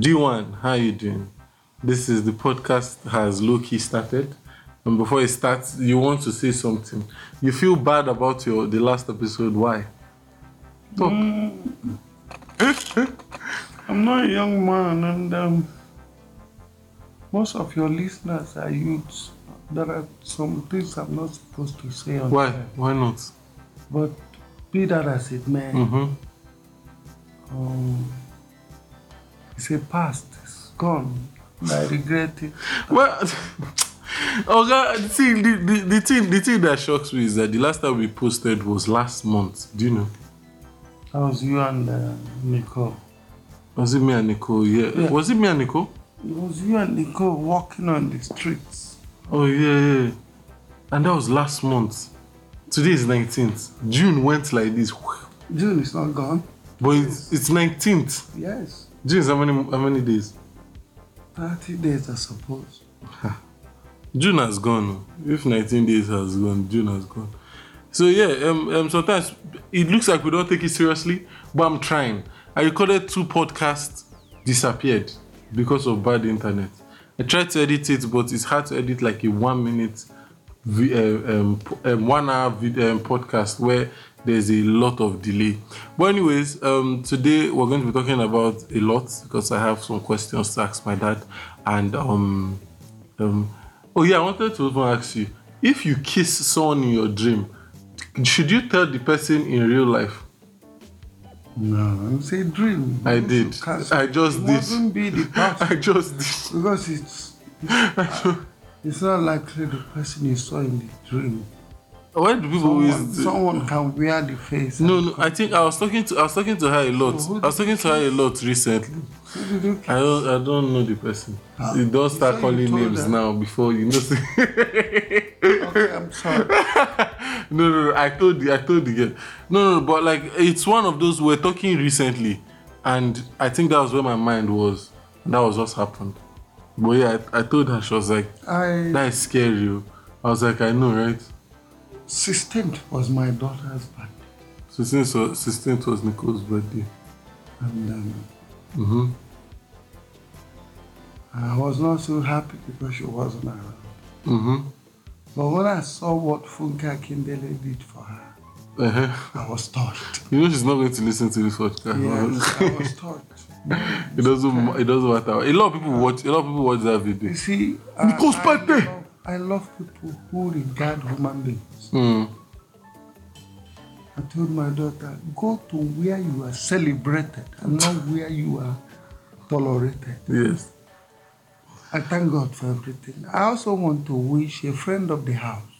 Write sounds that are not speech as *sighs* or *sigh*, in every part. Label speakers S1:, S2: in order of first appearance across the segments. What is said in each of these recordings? S1: Do one, how you doing? This is the podcast has low key started, and before it starts, you want to say something. You feel bad about your the last episode. Why? Talk.
S2: I'm not a young man, and um, most of your listeners are youths. There are some things I'm not supposed to say on
S1: Why?
S2: here,
S1: Why not?
S2: but be that as it may,
S1: Mm-hmm.
S2: um, it's a past. It's gone. I regret it.
S1: Well, *laughs* okay. The thing, the, the, the thing, the thing that shocks me is that the last time we posted was last month. Do you know?
S2: That was you and uh, Nicole.
S1: Was it me and Nicole? Yeah.
S2: Yeah.
S1: Was it me and Nicole?
S2: It was you and Nicole walking on the streets.
S1: Oh yeah, yeah. And that was last month. Today is 19th. June went like this.
S2: June is not gone.
S1: But it's, it's 19th.
S2: Yes,
S1: June is how many how many days?
S2: 30 days, I suppose.
S1: June has gone. If 19 days has gone, June has gone. So yeah, um, um, sometimes it looks like we don't take it seriously, but I'm trying. I recorded two podcasts, disappeared because of bad internet. I tried to edit it, but it's hard to edit like a one minute, vi- uh, um, po- um, one hour vid- um, podcast where there's a lot of delay. But anyways, um, today we're going to be talking about a lot because I have some questions to ask my dad, and um, um, oh yeah, I wanted to even ask you if you kiss someone in your dream, should you tell the person in real life?
S2: No, it's a dream.
S1: I
S2: It's
S1: did.
S2: cast-
S1: I just
S2: It
S1: did.
S2: mustn't be the past
S1: *laughs* I just did.
S2: because it's it's not likely the person you saw in the dream.
S1: Why do people
S2: Someone,
S1: always? do-
S2: someone can wear the face.
S1: No, no. I think I was talking to I was talking to her a lot.
S2: So who
S1: I was talking to her a lot recently.
S2: Who did you
S1: I don't I don't know the person.
S2: Ah.
S1: You don't
S2: You
S1: start
S2: say you
S1: calling
S2: told
S1: names
S2: her.
S1: now before you know. *laughs*
S2: kiss? okay, I'm sorry.
S1: no, no, no. I told the I told the girl. No, no, but like it's one of those we're talking recently, and I think that was where my mind was. That was what happened. But yeah, I, I told her she was like,
S2: I
S1: "That is scary." oh." I was like, "I know, right?"
S2: 16th was my daughter's birthday,
S1: So since uh, sixteenth was Nicole's birthday.
S2: and um,
S1: Mm-hmm.
S2: I was not so happy because she wasn't around.
S1: Mm-hmm.
S2: But when I saw what Funke Kindele did for her,
S1: Uh-huh.
S2: I
S1: *laughs*
S2: was touched.
S1: You know she's not going to listen to this podcast.
S2: Yes, I was touched.
S1: *laughs* it doesn't. ma- It doesn't matter. A lot of people watch. A lot of people watch that video.
S2: You see, I,
S1: Because
S2: I,
S1: birthday.
S2: love, I love people who regard human beings.
S1: Mm.
S2: I told my daughter, go to where you are celebrated and not where you are tolerated.
S1: Yes.
S2: I thank God for everything. I also want to wish a friend of the house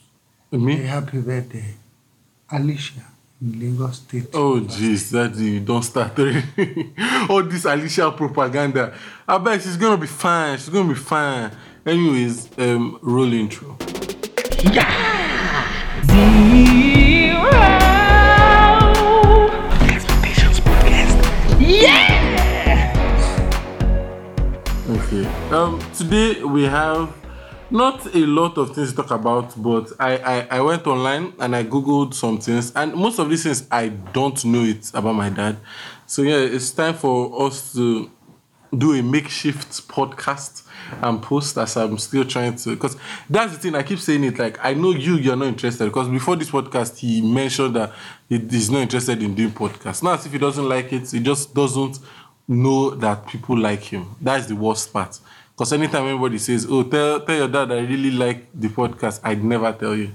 S2: a
S1: Me.
S2: happy birthday, Alicia in Lagos State.
S1: Oh jeez, that you don't start *laughs* all this Alicia propaganda. I bet she's gonna be fine. She's gonna be fine. Anyways, um, roll intro.
S3: Expectations Podcast. Yeah!
S1: Okay. Um, today we have not a lot of things to talk about, but I, I I went online and I googled some things, and most of these things I don't know it about my dad. So yeah, it's time for us to do a makeshift podcast and post as I'm still trying to because that's the thing I keep saying it like I know you you're not interested because before this podcast he mentioned that he is not interested in doing podcasts. Now as if he doesn't like it, he just doesn't know that people like him. That's the worst part. Because anytime anybody says, "Oh, tell tell your dad I really like the podcast," I'd never tell you.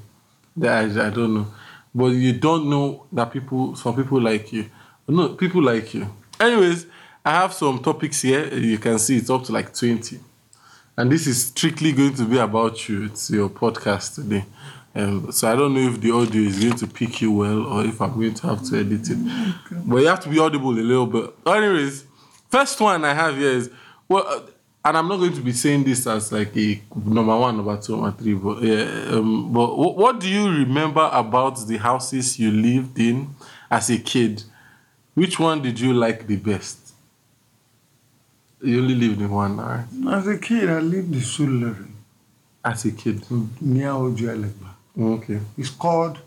S1: That I, I don't know, but you don't know that people some people like you. No, people like you. Anyways, I have some topics here. You can see it's up to like twenty, and this is strictly going to be about you. It's your podcast today. Um, so I don't know if the audio is going to pick you well or if I'm going to have to edit it. But you have to be audible a little bit. Anyways, first one I have here is well, uh, and I'm not going to be saying this as like a number one, number two, number three. But yeah, um, but wh- what do you remember about the houses you lived in as a kid? Which one did you like the best? You only lived in one, right?
S2: As a kid, I lived in Sulari
S1: As a kid.
S2: Hmm. Oh, near Ojuelegba.
S1: Okay.
S2: It's called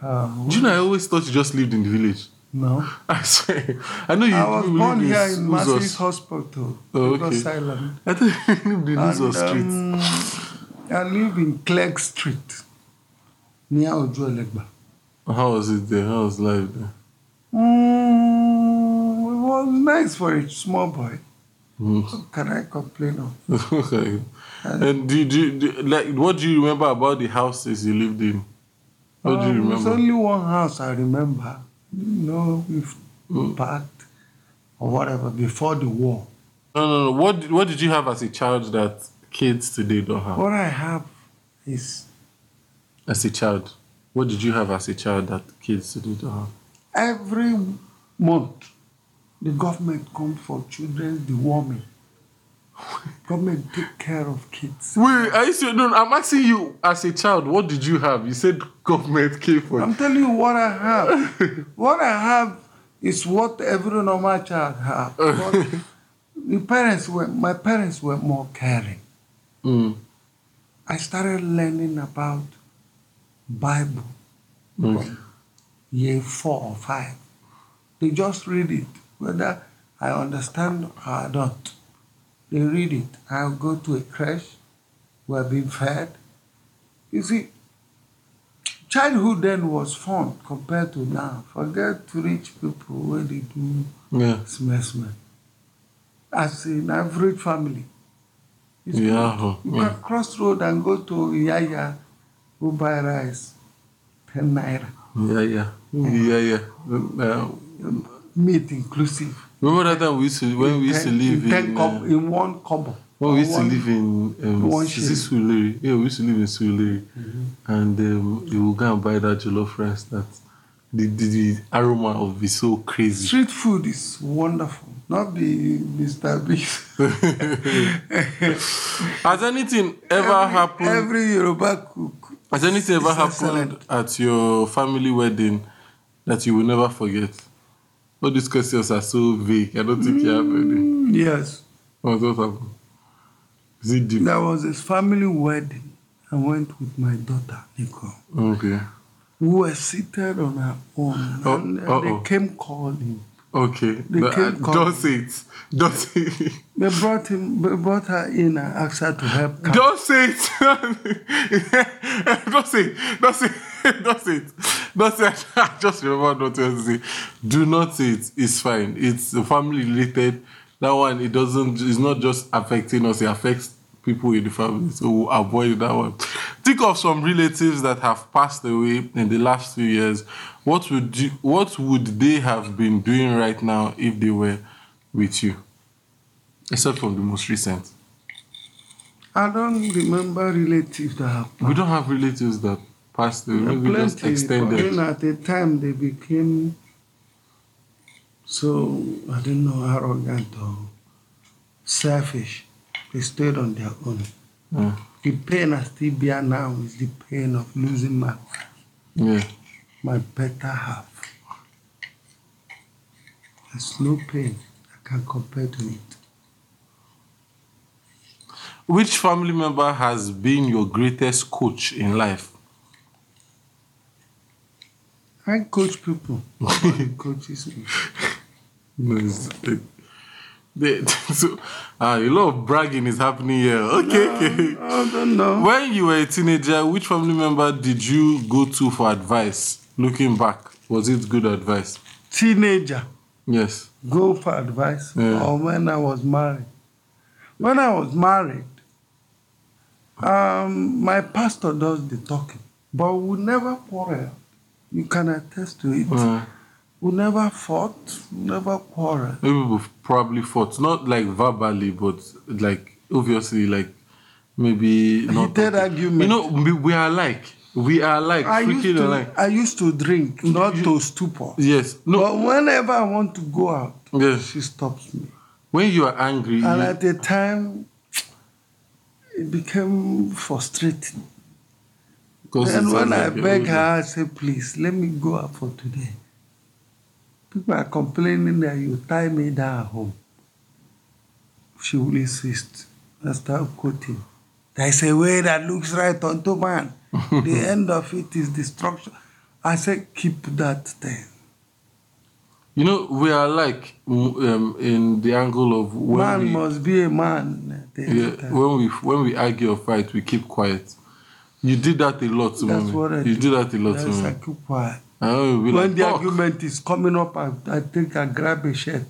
S2: Um,
S1: Do you know I always thought you just lived in the village? *laughs*
S2: no.
S1: I swear. I know you
S2: I was
S1: you
S2: born
S1: lived
S2: here in
S1: Usos.
S2: Massey's Hospital,
S1: Oh,
S2: Lagos
S1: okay.
S2: Island.
S1: I thought you lived in
S2: And,
S1: Usos Street.
S2: um, I live in Clegg Street, near Ojuelegba.
S1: How was it there? How was life there? *laughs*
S2: Mm, it was nice for a small boy.
S1: Mm.
S2: What can I complain of?
S1: okay. And do you, do, you, do you- like what do you remember about the houses you lived in? What do you
S2: Um, There's
S1: remember?
S2: only one house I remember. You know, we've
S1: Hmm.
S2: packed or whatever before the war.
S1: No, no, no. What what did you have as a child that kids today don't have?
S2: What I have is
S1: As a child, what did you have as a child that kids today don't have?
S2: every month the government comes for children
S1: *laughs*
S2: deworming. government take care of kids.
S1: Wait, are you serious? No, no, I'm asking you as a child. What did you have? You said government came for.
S2: I'm telling you what I have. what I have is what every normal child have. But the parents were my parents were more caring.
S1: Mm,
S2: I started learning about Bible
S1: okay.
S2: year four or five. They just read it, whether I understand or not. They read it. I'll go to a creche. We're being fed. You see, childhood then was fun compared to now. Forget to reach people where they do
S1: Yeah.
S2: smessman. As an average family. It's
S1: Yeah.
S2: you
S1: yeah.
S2: can cross road and go to Yaya, go buy rice, 10 naira,
S1: Yeah, yeah, yeah, yeah. Uh,
S2: meat inclusive.
S1: remember that time we used to when we used to
S2: Ten-
S1: live
S2: ten
S1: in,
S2: kob-
S1: uh,
S2: in one kobo.
S1: when
S2: or
S1: we used to
S2: one-
S1: live in um,
S2: one Mm-hmm.
S1: is it
S2: shilling.
S1: Suleri? Yeah, we used to live in Suleri, and um, you would go and buy that jollof rice. That the, the, the aroma of is so crazy.
S2: Street food is wonderful. Not be Mr. Big.
S1: *laughs* Has anything ever happened?
S2: Every Yoruba cook.
S1: has anything ever
S2: is
S1: happened
S2: excellent.
S1: at your family wedding that you will never forget? All these questions are so vague. I don't think you have any.
S2: Mm, Yes.
S1: What what happened? Is it deep?
S2: There was this family wedding. I went with my daughter, Nicole.
S1: Okay.
S2: We were seated on our own.
S1: Oh,
S2: and uh,
S1: uh-oh.
S2: they came calling.
S1: Okay.
S2: They
S1: But, uh,
S2: can't come.
S1: Don't say it. Don't say it. *laughs*
S2: They brought him, they brought her in and asked her to help. Count.
S1: Don't say it. *laughs* don't say it. Don't say it. Don't say it. Don't say it. *laughs* I just remember not to say. Do not say it. It's fine. It's family related. That one, it doesn't, it's not just affecting us, it affects people in the family. So we'll avoid that one. Think of some relatives that have passed away in the last few years. What would you, what would they have been doing right now if they were with you? Except from the most recent.
S2: I don't remember relatives that have
S1: We don't have relatives that passed away. Maybe Mm, just
S2: plenty. but
S1: extended.
S2: Then at the time they became so I don't know arrogant or selfish. They stayed on their own.
S1: Yeah.
S2: The pain I still bear now is the pain of losing my
S1: yeah.
S2: my better half. There's no pain I can compare to it.
S1: Which family member has been your greatest coach in life?
S2: I coach people. Nobody coaches me.
S1: Nice. They- *laughs* so, ah, a lot of bragging is happening here. Okay, okay.
S2: I don't know.
S1: When you were a teenager, which family member did you go to for advice? Looking back, was it good advice?
S2: Teenager.
S1: Yes.
S2: go for advice
S1: Yeah.
S2: or when I was married. When I was married, um, my pastor does the talking, but we never quarrel. You can attest to it.
S1: Uh,
S2: We never fought, we never quarrel.
S1: maybe we probably fought, not like verbally, but like obviously, like maybe not.
S2: Heated argument.
S1: You know, we, we are like we are like
S2: I used,
S1: freaking
S2: to,
S1: like.
S2: I used to drink, not to stupor.
S1: Yes. No.
S2: But whenever I want to go out,
S1: yes.
S2: she stops me.
S1: When you are angry, you,
S2: And at the time, it became frustrating.
S1: 'cause
S2: And
S1: it's
S2: when I
S1: like-
S2: beg her, I say, please, let me go out for today. People are complaining that you tie me down at home. She will insist. I start quoting.
S1: *laughs*
S2: There is a way that looks right unto man. the end of it is destruction. I said, keep that thing.
S1: You know, we are like um, in the angle of when
S2: man
S1: we,
S2: must be a man. at the end
S1: yeah,
S2: of time.
S1: when we when we argue or fight, we keep quiet. You did that a lot to
S2: That's
S1: me.
S2: what I
S1: you
S2: do.
S1: did that a lot to
S2: That's
S1: me.
S2: I keep quiet.
S1: And then we'll be
S2: When
S1: like,
S2: the
S1: "Fuck,"
S2: argument is coming up, I, I think I grab a shirt.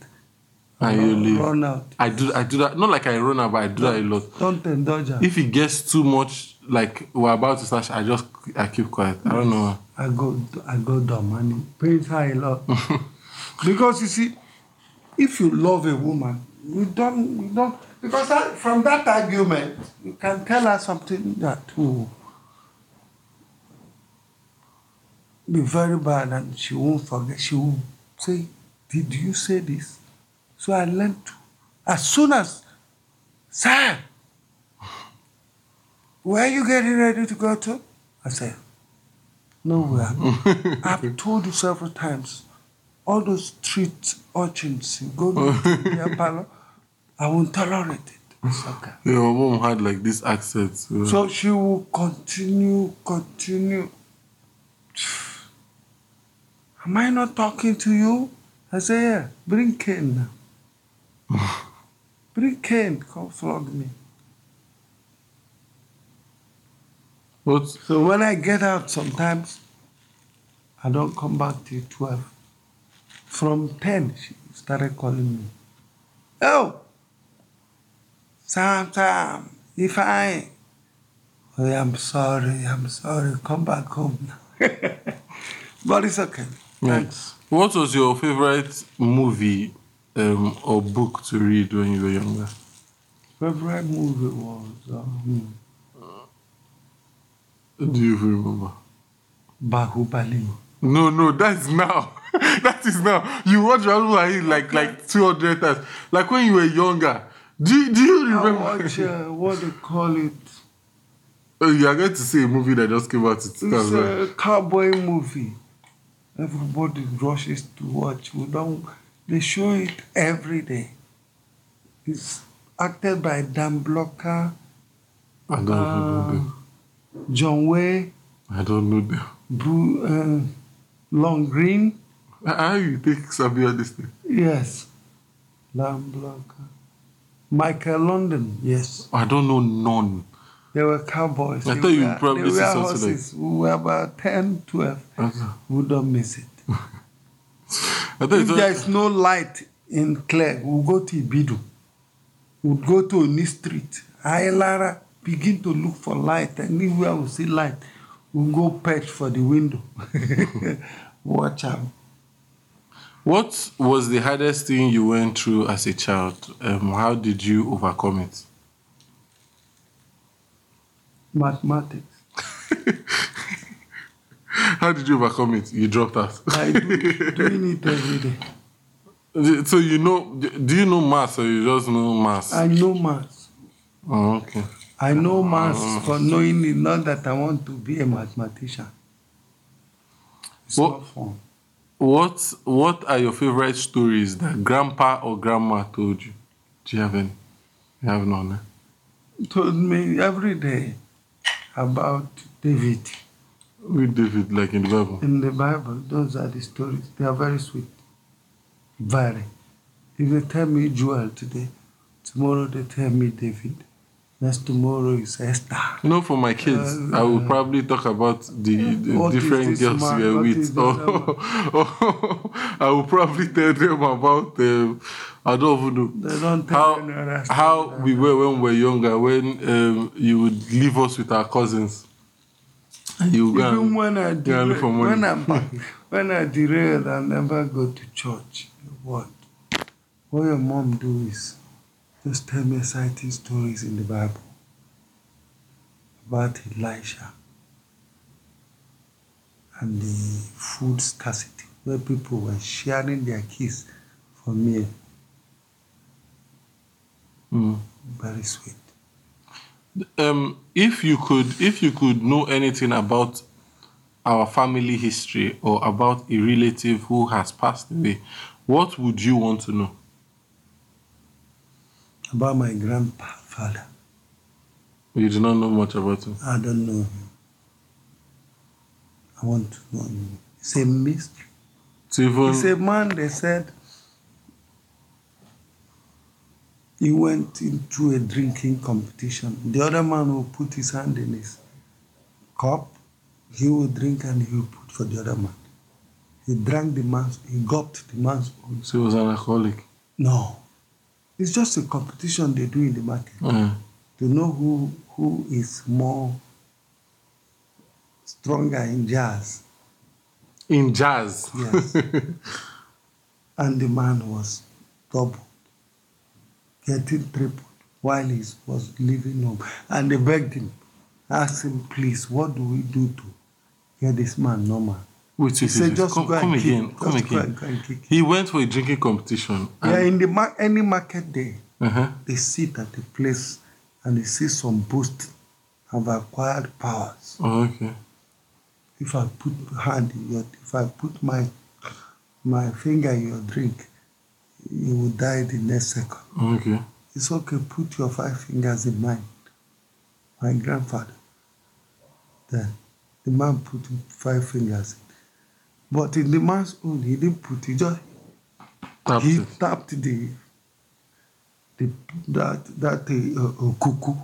S1: and you leave.
S2: Run out.
S1: I do I do that not like I run out, but I do that a lot.
S2: Don't indulge her.
S1: If it gets too much, like we're about to slash, I just I keep quiet. I don't know.
S2: I go, I go dumb and it pains her a lot. because you see, if you love a woman, you don't, you don't. Because that, from that argument, you can tell her something that oh, will be very bad, and she won't forget. She will say, "Did you say this?" So I learned to. As soon as, sir, where are you getting ready to go to? I said, Nowhere. I've told you several times, all those street urchins, you go to their parlor, I won't tolerate it. It's okay.
S1: Yeah, my mom had like this accent. So.
S2: So she will continue, continue. *sighs* Am I not talking to you? I say, yeah, bring Ken now. bring Ken, come flog me.
S1: But
S2: So when I get out sometimes, I don't come back till 12. From 10, she started calling me. Oh! Sam, Sam, if I... Oh, I'm sorry, I'm sorry, come back home now. *laughs* but it's okay. Thanks.
S1: what was your favorite movie um, or book to read when you were younger?
S2: Favorite movie was um,
S1: Do you even remember?
S2: Bahubali.
S1: No, no, that's now. *laughs* that is now. You watch Rahul like like two hundred times. Like when you were younger. Do you, do you
S2: I
S1: remember?
S2: watch, uh, what they call it,
S1: *laughs* Oh, you are going to see a movie that just came out in
S2: It's uh,
S1: 2000.
S2: a cowboy movie. Everybody rushes to watch. We don't. They show it every day. It's acted by Dan Blocker,
S1: I don't know them.
S2: John Way,
S1: I don't know them.
S2: Bru uh, Long Green.
S1: How you take Sabia this thing?
S2: Yes, Dan Blocker, Michael London. Yes,
S1: I don't know none.
S2: they were cowboys.
S1: I
S2: They
S1: thought you
S2: were-
S1: probably
S2: they
S1: said
S2: were
S1: something like-
S2: horses. We were about 10, 12. We don't miss it.
S1: I thought
S2: if
S1: it was,
S2: there is no light in Clare, we'll go to Ibidu. We'll go to Oni Street, Ailara, begin to look for light. Anywhere we see light, we'll go perch for the window. *laughs* Watch out.
S1: what was the hardest thing you went through as a child? Um, how did you overcome it?
S2: Mathematics.
S1: How did you overcome it? You dropped out.
S2: I do, doing it every
S1: *laughs*
S2: day.
S1: so you know? Do you know maths or you just know maths?
S2: I know maths.
S1: oh, okay.
S2: I know maths for knowing it, not that I want to be a mathematician. It's
S1: What-
S2: not fun.
S1: What What are your favorite stories that grandpa or grandma told you? Do you have any? You have none. eh?
S2: Told me every day about David.
S1: With David, like in the Bible.
S2: in the Bible, those are the stories. They are very sweet. Very. If they tell me Joel today, tomorrow they tell me David. Next tomorrow is Esther.
S1: You know, for my kids,
S2: Uh,
S1: I will probably talk about the, the
S2: What is
S1: different
S2: this
S1: girls
S2: man?
S1: we are
S2: What is
S1: with.
S2: this
S1: *laughs* Or, or I will probably tell them about um, I don't even know
S2: They don't tell me no,
S1: how
S2: that's
S1: how
S2: not
S1: we were when we were younger. When um, you would leave us with our cousins, and you would go
S2: Even
S1: and-
S2: when I
S1: go and look
S2: derail,
S1: for money.
S2: when I'm back, when I derail, I never go to church. What? What your mom do is just tell me exciting stories in the Bible about Elisha and the food scarcity, where people were sharing their kiss for meal.
S1: Mm.
S2: Very sweet.
S1: um, if you could if you could know anything about our family history or about a relative who has passed away, what would you want to know?
S2: About my grandfather,
S1: You do not know much about him.
S2: I don't know him. I want to know you. It's a mystery.
S1: To even
S2: It's a man, they said, he went into a drinking competition. The other man will put his hand in his cup, he will drink and he will put for the other man. He drank the man's, he gulped the man's own.
S1: she was an alcoholic.
S2: No. It's just a competition they do in the market
S1: Yeah.
S2: to know who who is more stronger in jazz.
S1: In jazz. *laughs*
S2: Yes. and the man was doubled, getting tripled while he was leaving home. And they begged him, asked him, please, what do we do to get this man normal?
S1: Wait,
S2: He
S1: wait,
S2: said,
S1: wait, wait.
S2: just
S1: Come,
S2: go and
S1: come
S2: kick.
S1: again.
S2: Just
S1: Come
S2: go
S1: again.
S2: and- go and kick.
S1: He went for a drinking competition.
S2: yeah,
S1: and-
S2: in the mar- any market day,
S1: uh-huh.
S2: they sit at a place and they see some boost have acquired powers.
S1: Oh, okay.
S2: if I put hand in your, if I put my my finger in your drink, you will die the next second.
S1: Oh, Okay.
S2: It's okay. Put your five fingers in mine. My grandfather. Then the man put five fingers, in. but in the man's own, he didn't put. He just
S1: Tapped
S2: he
S1: it.
S2: tapped the the that that uh, uh, cuckoo.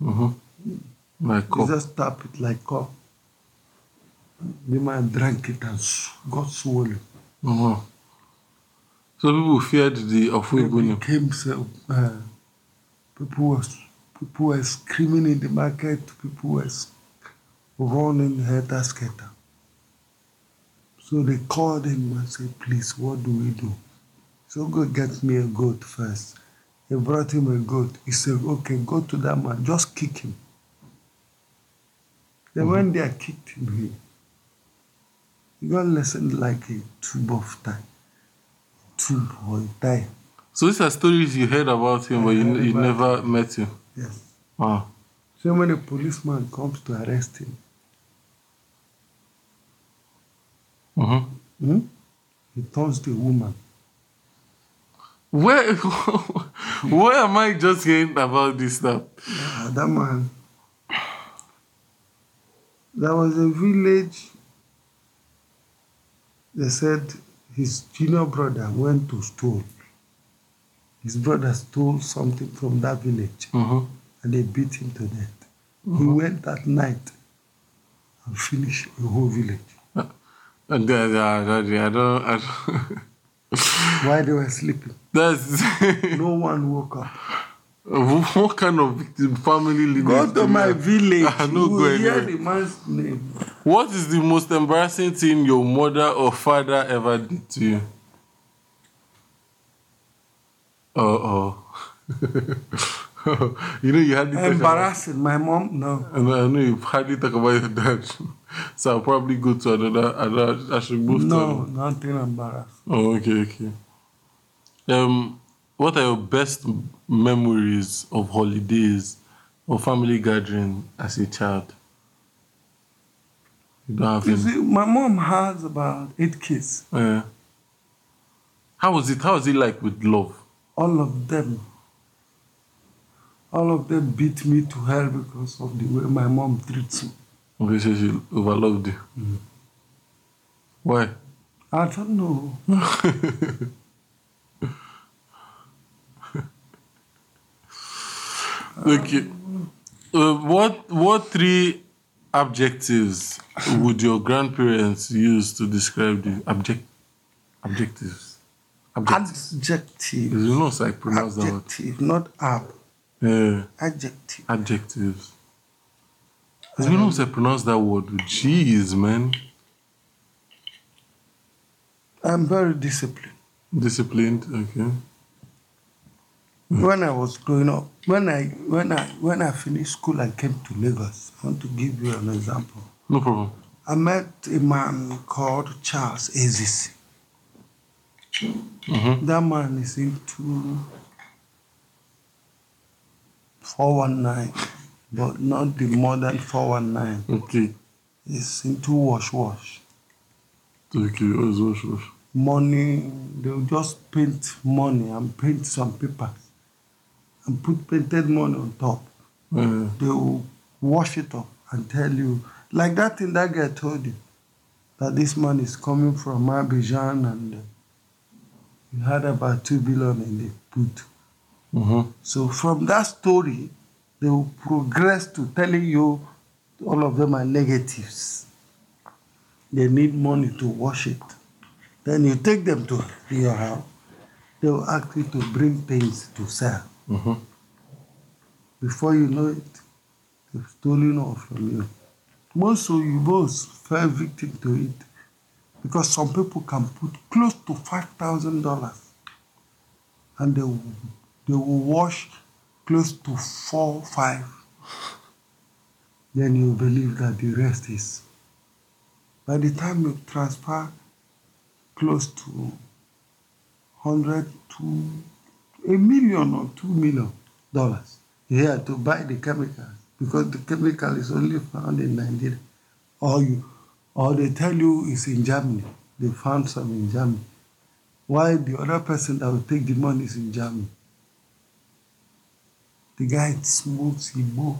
S1: Mm-hmm. Like oh,
S2: He
S1: cup.
S2: just tap it like cup. The man drank it and s- got swollen.
S1: Uh-huh. So people feared the Ofuigbo
S2: People
S1: name.
S2: came, so, uh, people were people were screaming in the market. People were s- running helter skelter. So they called him and said, "Please, what do we do?" So go get me a goat first. They brought him a goat. He said, "Okay, go to that man. Just kick him." Then when they had kicked him, he he got lessened like a tube of time, tube or a tire.
S1: So these are stories you heard about him, but you,
S2: heard
S1: you
S2: about
S1: never met him.
S2: Yes.
S1: Wow.
S2: So when a policeman comes to arrest him,
S1: Mm-hmm.
S2: hmm, he turns to a woman.
S1: Where, *laughs* where am I just hearing about this stuff?
S2: Ah, that man. There was a village. They said his junior brother went to stole. His brother stole something from that village
S1: Mm-hmm.
S2: and they beat him to death. He went that night and finished the whole village.
S1: And there, there, there, there, I don't, I don't.
S2: While they were sleeping,
S1: *laughs* That's
S2: no one woke up.
S1: what kind of victim family lineage
S2: Go
S1: do
S2: to
S1: we
S2: my
S1: have? I
S2: village. you
S1: Ah, no go
S2: will hear
S1: anywhere.
S2: the man's name.
S1: What is the most embarrassing thing your mother or father ever did to you? Oh, oh. *laughs* you know, you hardly talk about,
S2: Embarrassing. My mom, no.
S1: I know I know you hardly talk about your dad. *laughs* so I'll probably go to another, another I should move
S2: No,
S1: to.
S2: nothing embarrassing.
S1: Oh, okay, okay. Um, what are your best memories of holidays or family gathering as a child? You don't have
S2: You
S1: any?
S2: see, my mom has about eight kids.
S1: Yeah. How was it? How was it like with love?
S2: All of them. All of them beat me to hell because of the way my mom treats me.
S1: Okay, so she overloved you. Why?
S2: I don't know.
S1: Okay. Uh, what what three adjectives would your grandparents use to describe you? Object objectives. Objectives.
S2: Adjective.
S1: You know, so I pronounce that word.
S2: Adjective, not ab.
S1: Yeah.
S2: Adjective.
S1: Adjectives. You know, so I pronounce that word. Jeez, man.
S2: I'm very disciplined.
S1: Disciplined. Okay.
S2: When I was growing up, when I when I when I finished school and came to Lagos, I want to give you an example.
S1: No problem.
S2: I met a man called Charles Azis. That man is into 419, but not the modern 419.
S1: Okay.
S2: He's into wash wash.
S1: Okay. Oh, it's wash, wash.
S2: Money, they'll just paint money and paint some papers and put painted money on top.
S1: Yeah.
S2: They will wash it up and tell you, like that thing that guy told you. that this man is coming from Abidjan and you had about two billion in the put.
S1: Mm-hmm.
S2: So from that story, they will progress to telling you all of them are negatives. They need money to wash it. Then you take them to your house. They will ask you to bring things to sell.
S1: Mhm.
S2: Before you know it, they've stolen all from you. Most Oyibos fell victim to it because some people can put close to $5,000 and they will, they will wash close to four, five. Then you believe that the rest is. By the time you transfer close to 100 to a million or two million dollars here to buy the chemicals because the chemical is only found in Nigeria. Or, you, or they tell you it's in Germany. They found some in Germany. Why the other person that will take the money is in Germany? The guy smokes Igbo,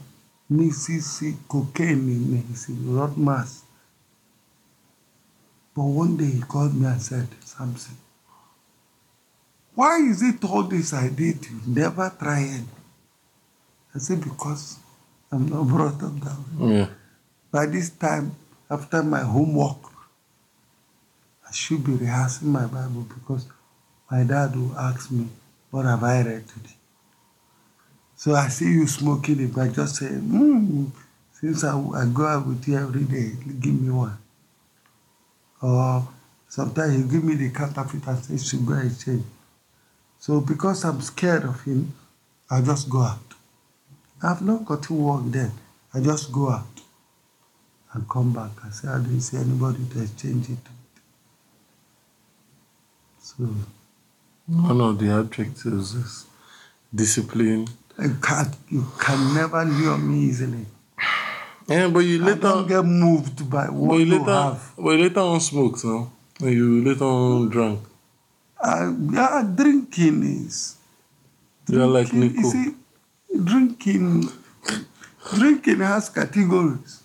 S2: mixes cocaine in his road mass. But one day he called me and said, Samson, why is it all this I did you never try it? I said, because I'm not *laughs* brought up that way.
S1: Yeah.
S2: By this time, after my homework, I should be rehearsing my Bible because my dad will ask me, What have I read today? So I see you smoking it, but just say, mm, Since I, I go out with you every day, give me one. Or sometimes he give me the counterfeit and say, Should go and change. So because I'm scared of him, I just go out. I've not got to work then. I just go out and come back. I say, I didn't see anybody to exchange it. with." So
S1: One of the objectives is discipline.
S2: I can't, you can never lure me easily.
S1: Yeah, but you
S2: I don't
S1: later,
S2: get moved by
S1: but
S2: what
S1: you
S2: you
S1: later,
S2: have.
S1: but you later on smoked now. And you later on drank.
S2: I, yeah, drinking is.
S1: You are like
S2: drinking-
S1: Nico.
S2: You see, drinking, drinking has categories.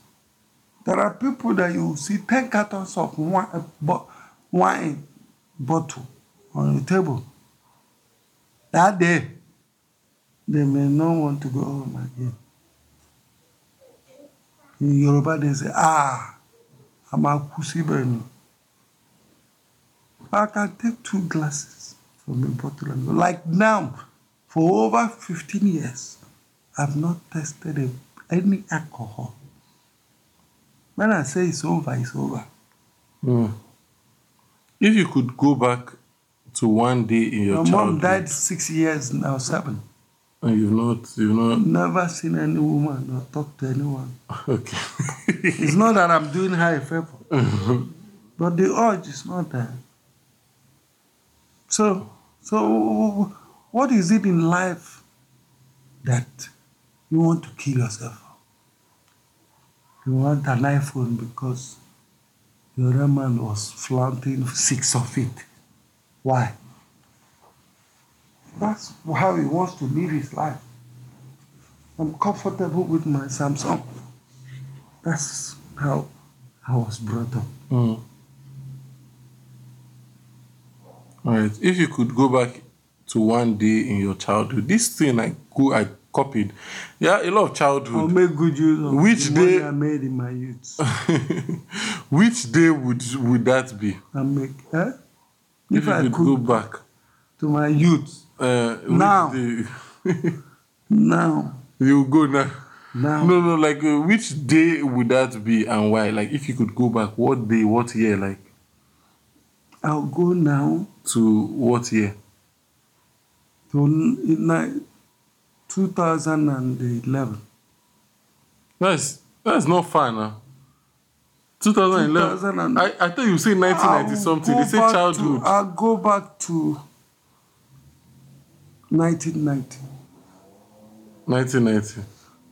S2: There are people that you see 10 cartons of wine, bo- wine bottle on the table. That day, they may not want to go home again. In Yoruba, they say, ah, I'm a kusibeni. I can take two glasses from a bottle and go. Like now, for over 15 years, I've not tested a, any alcohol. When I say it's over, it's over. Hmm.
S1: Mm. If you could go back to one day in your
S2: My mom
S1: childhood,
S2: died six years now, seven.
S1: and you've not, you've not, *laughs*
S2: Never seen any woman or talked to anyone.
S1: okay.
S2: It's not that I'm doing her a favor, but the urge is not there. So, so what is it in life that you want to kill yourself? for? You want an iPhone because the other man was flaunting six of it. Why? That's how he wants to live his life. I'm comfortable with my Samsung. That's how I was brought up.
S1: *laughs* Mm. All right. If you could go back to one day in your childhood, this thing I go, I copied. Yeah, a lot of
S2: I'll
S1: childhood.
S2: make good use of
S1: Which
S2: the money
S1: day-
S2: I made in my youth.
S1: *laughs* Which day would would that be?
S2: I make eh?
S1: If, you could, go back
S2: to my youth
S1: uh, which
S2: Now.
S1: day-
S2: now,
S1: you go now.
S2: now
S1: No, no. Like, uh, which day would that be, and why? Like, if you could go back, what day, what year, like
S2: I'll go now
S1: to what year?
S2: to n- in ni- 2011.
S1: That's that's not far now. 2011.
S2: 2000 and-
S1: I, I thought you say 1990 something. They say
S2: back
S1: childhood.
S2: To, I'll go back to 1990.
S1: 1990.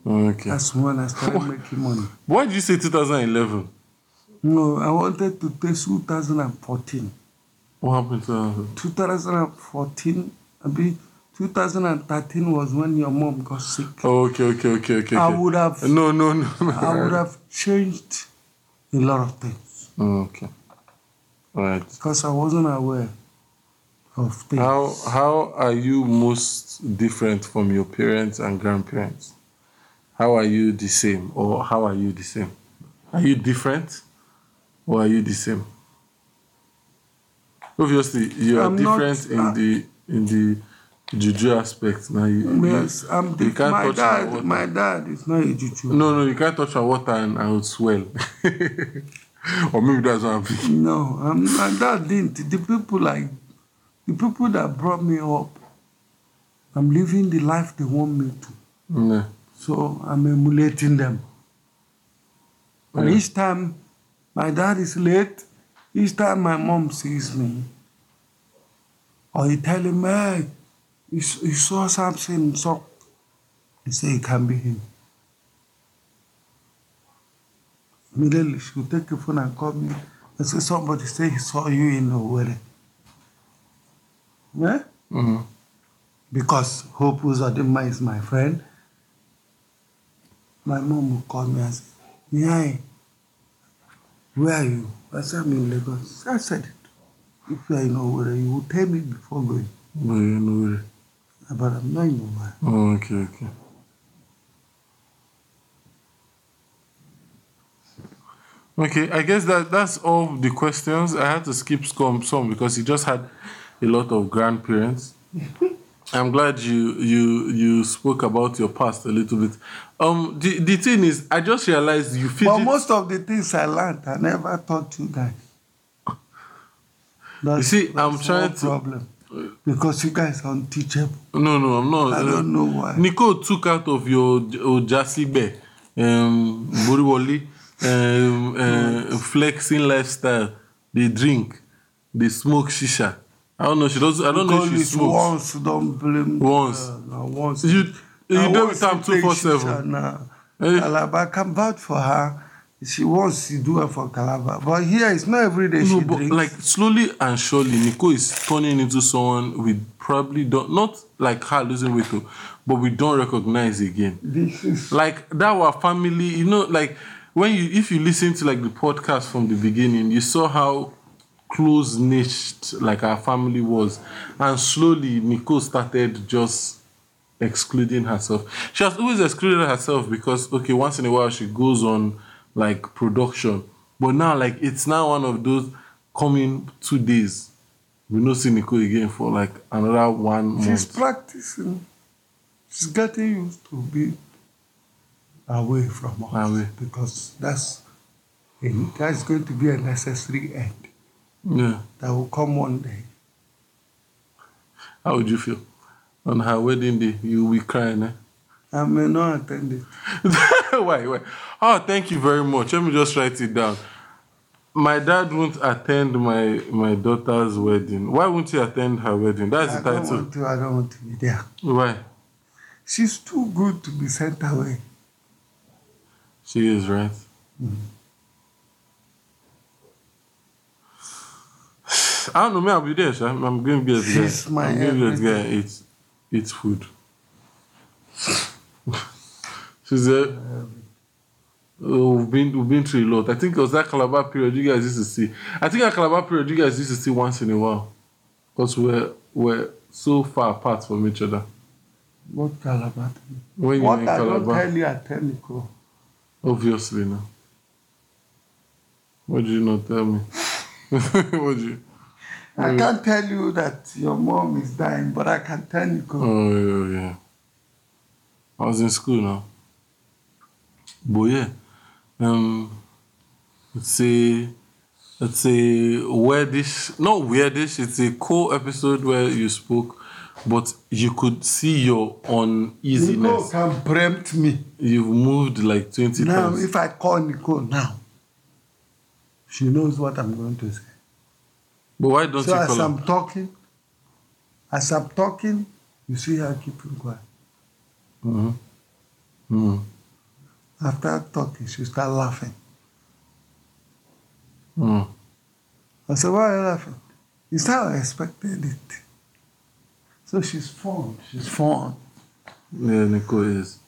S1: Oh, Okay.
S2: That's when I started making money.
S1: Why did you say 2011?
S2: No, I wanted to take 2014.
S1: What happened to that?
S2: 2014, I mean, 2013 was when your mom got sick.
S1: Oh, okay, okay, okay, okay.
S2: I
S1: okay.
S2: would have-
S1: No, no, no. no.
S2: I would have changed a lot of things.
S1: Okay. All right.
S2: because I wasn't aware of things.
S1: How how are you most different from your parents and grandparents? How are you the same or how are you the same? Are you different or are you the same? Obviously, you are
S2: I'm not-
S1: different
S2: uh,
S1: in the in the juju aspect. Now you, you-
S2: Yes, I'm
S1: you
S2: diff-
S1: can't
S2: my
S1: touch my
S2: dad.
S1: water.
S2: My dad is not a juju.
S1: No, no, you can't touch my water and I would swell. *laughs* or maybe that's what I'm thinking.
S2: No, I'm, my dad didn't. The people like, the people that brought me up, I'm living the life they want me to.
S1: Yeah.
S2: So I'm emulating them. And
S1: Yeah.
S2: each time my dad is late, each time my mom sees me, or he tell him, hey, he, s- he saw something, so he say it can be him. Immediately she will take the phone and call me and say somebody say he saw you in Owerri. Yeah?
S1: Mhm.
S2: because Hope Uzodinma is my friend, my mom will call me and say, Nyai, where are you? I said, I'm in Lagos. I said it. If you are in Owerri, you will tell me before going.
S1: No, you know it.
S2: But I'm not in Owerri.
S1: Oh, okay, okay. Okay, I guess that that's all the questions. I had to skip some some because you just had a lot of
S2: *laughs*
S1: grandparents. I'm glad you you you spoke about your past a little bit. Um, the, the thing is, I just realized you fidget.
S2: But most of the things I learned, I never taught you guys. That's,
S1: see, I'm
S2: that's
S1: trying
S2: one
S1: to-
S2: problem. Because you guys are unteachable.
S1: no, no, I'm not. uh,
S2: I don't know why.
S1: Nico took out of your Ojasigbe, um, Boriwoli, um, uh, flexing lifestyle. They drink, they smoke shisha. I don't know. She does. I don't know if she
S2: Because
S1: smokes.
S2: once, don't blame
S1: Once.
S2: her. Now, once.
S1: You
S2: Now,
S1: you do
S2: once
S1: with time
S2: you
S1: two
S2: take
S1: four
S2: shit,
S1: seven.
S2: Now,
S1: Eh.
S2: Calabar, I can vouch for her. She wants to do her for Calabar. But here, it's not every day
S1: No,
S2: she
S1: but
S2: drinks.
S1: like slowly and surely, Nico is turning into someone we probably don't not like her losing weight, oh, but we don't recognize again.
S2: this is
S1: like that our family you know like when you if you listen to like the podcast from the beginning you saw how close niched like our family was and slowly nicole started just excluding herself she has always excluded herself because okay once in a while she goes on like production but now like it's now one of those coming two days we no see nicole again for like another one
S2: she's
S1: month
S2: practicing. She's getting used to be away from us
S1: Away.
S2: because that's that's going to be a necessary end
S1: yeah
S2: that will come one day.
S1: How would you feel? On her wedding day, you will be crying. Eh? *laughs*
S2: I may not attend it.
S1: why, why? Oh, thank you very much. Let me just write it down. My dad won't attend my my daughter's wedding. Why won't he attend her wedding? That's
S2: I
S1: the
S2: don't
S1: title.
S2: want to. I don't want to be there.
S1: Why?
S2: She's too good to be sent away.
S1: She is right. *sighs* I don't know. Me, I'll be there. sha. I'm, I'm going to be at the
S2: She's
S1: guy.
S2: my
S1: I'm going to be at the
S2: everything.
S1: guy. Eat, eat food. *laughs* She's a. Oh, we've been we've been through a lot. I think it was that Calabar period you guys used to see. I think that Calabar period you guys used to see once in a while, because we're we're so far apart from each other.
S2: What Calabar?
S1: When you
S2: What
S1: were in
S2: I don't
S1: Calabar,
S2: tell you, I tell Nico.
S1: obviously no. What did you not tell me? *laughs* what did you?
S2: I can't tell you that your mom is dying, but I can tell Nico.
S1: Oh yeah, yeah. I was in school now. But yeah, um, it's a it's a weirdish, not weirdish. It's a cool episode where you spoke, but you could see your
S2: Nico
S1: uneasiness.
S2: can preempt me.
S1: You've moved like twenty
S2: Now,
S1: times.
S2: if I call Nico now, she knows what I'm going to say.
S1: but why don't
S2: so
S1: you
S2: as
S1: call?
S2: I'm
S1: her?
S2: talking, as I'm talking, you see her keeping quiet.
S1: Mhm. Mhm.
S2: After talking, she start laughing.
S1: Mhm.
S2: I said, why are you laughing? It's how I expected it. So she's fond. She's fond.
S1: Yeah, Nico is.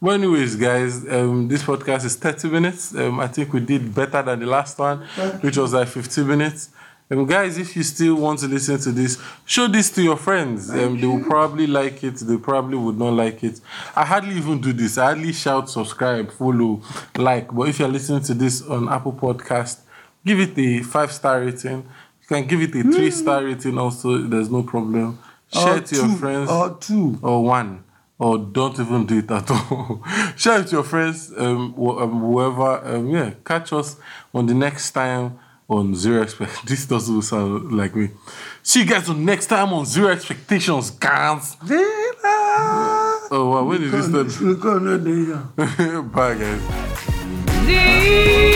S1: Well, anyways, guys, um, this podcast is 30 minutes. Um, I think we did better than the last one, which was like 15 minutes. Um, guys, if you still want to listen to this, show this to your friends. Um, they will probably like it. They probably would not like it. I hardly even do this. I hardly shout, subscribe, follow, like. But if you're listening to this on Apple Podcast, give it a five star rating. You can give it a three star rating also. There's no problem. Share
S2: Or
S1: it to your
S2: two,
S1: friends
S2: Or two.
S1: or one or don't even do it at *laughs* all share it to your friends um, wh- um whoever um, yeah catch us on the next time on zero expect *laughs* this doesn't sound like me see you guys on next time on zero expectations guys oh wow when did this *laughs*
S2: Because- because no danger.
S1: start bye guys
S4: Zero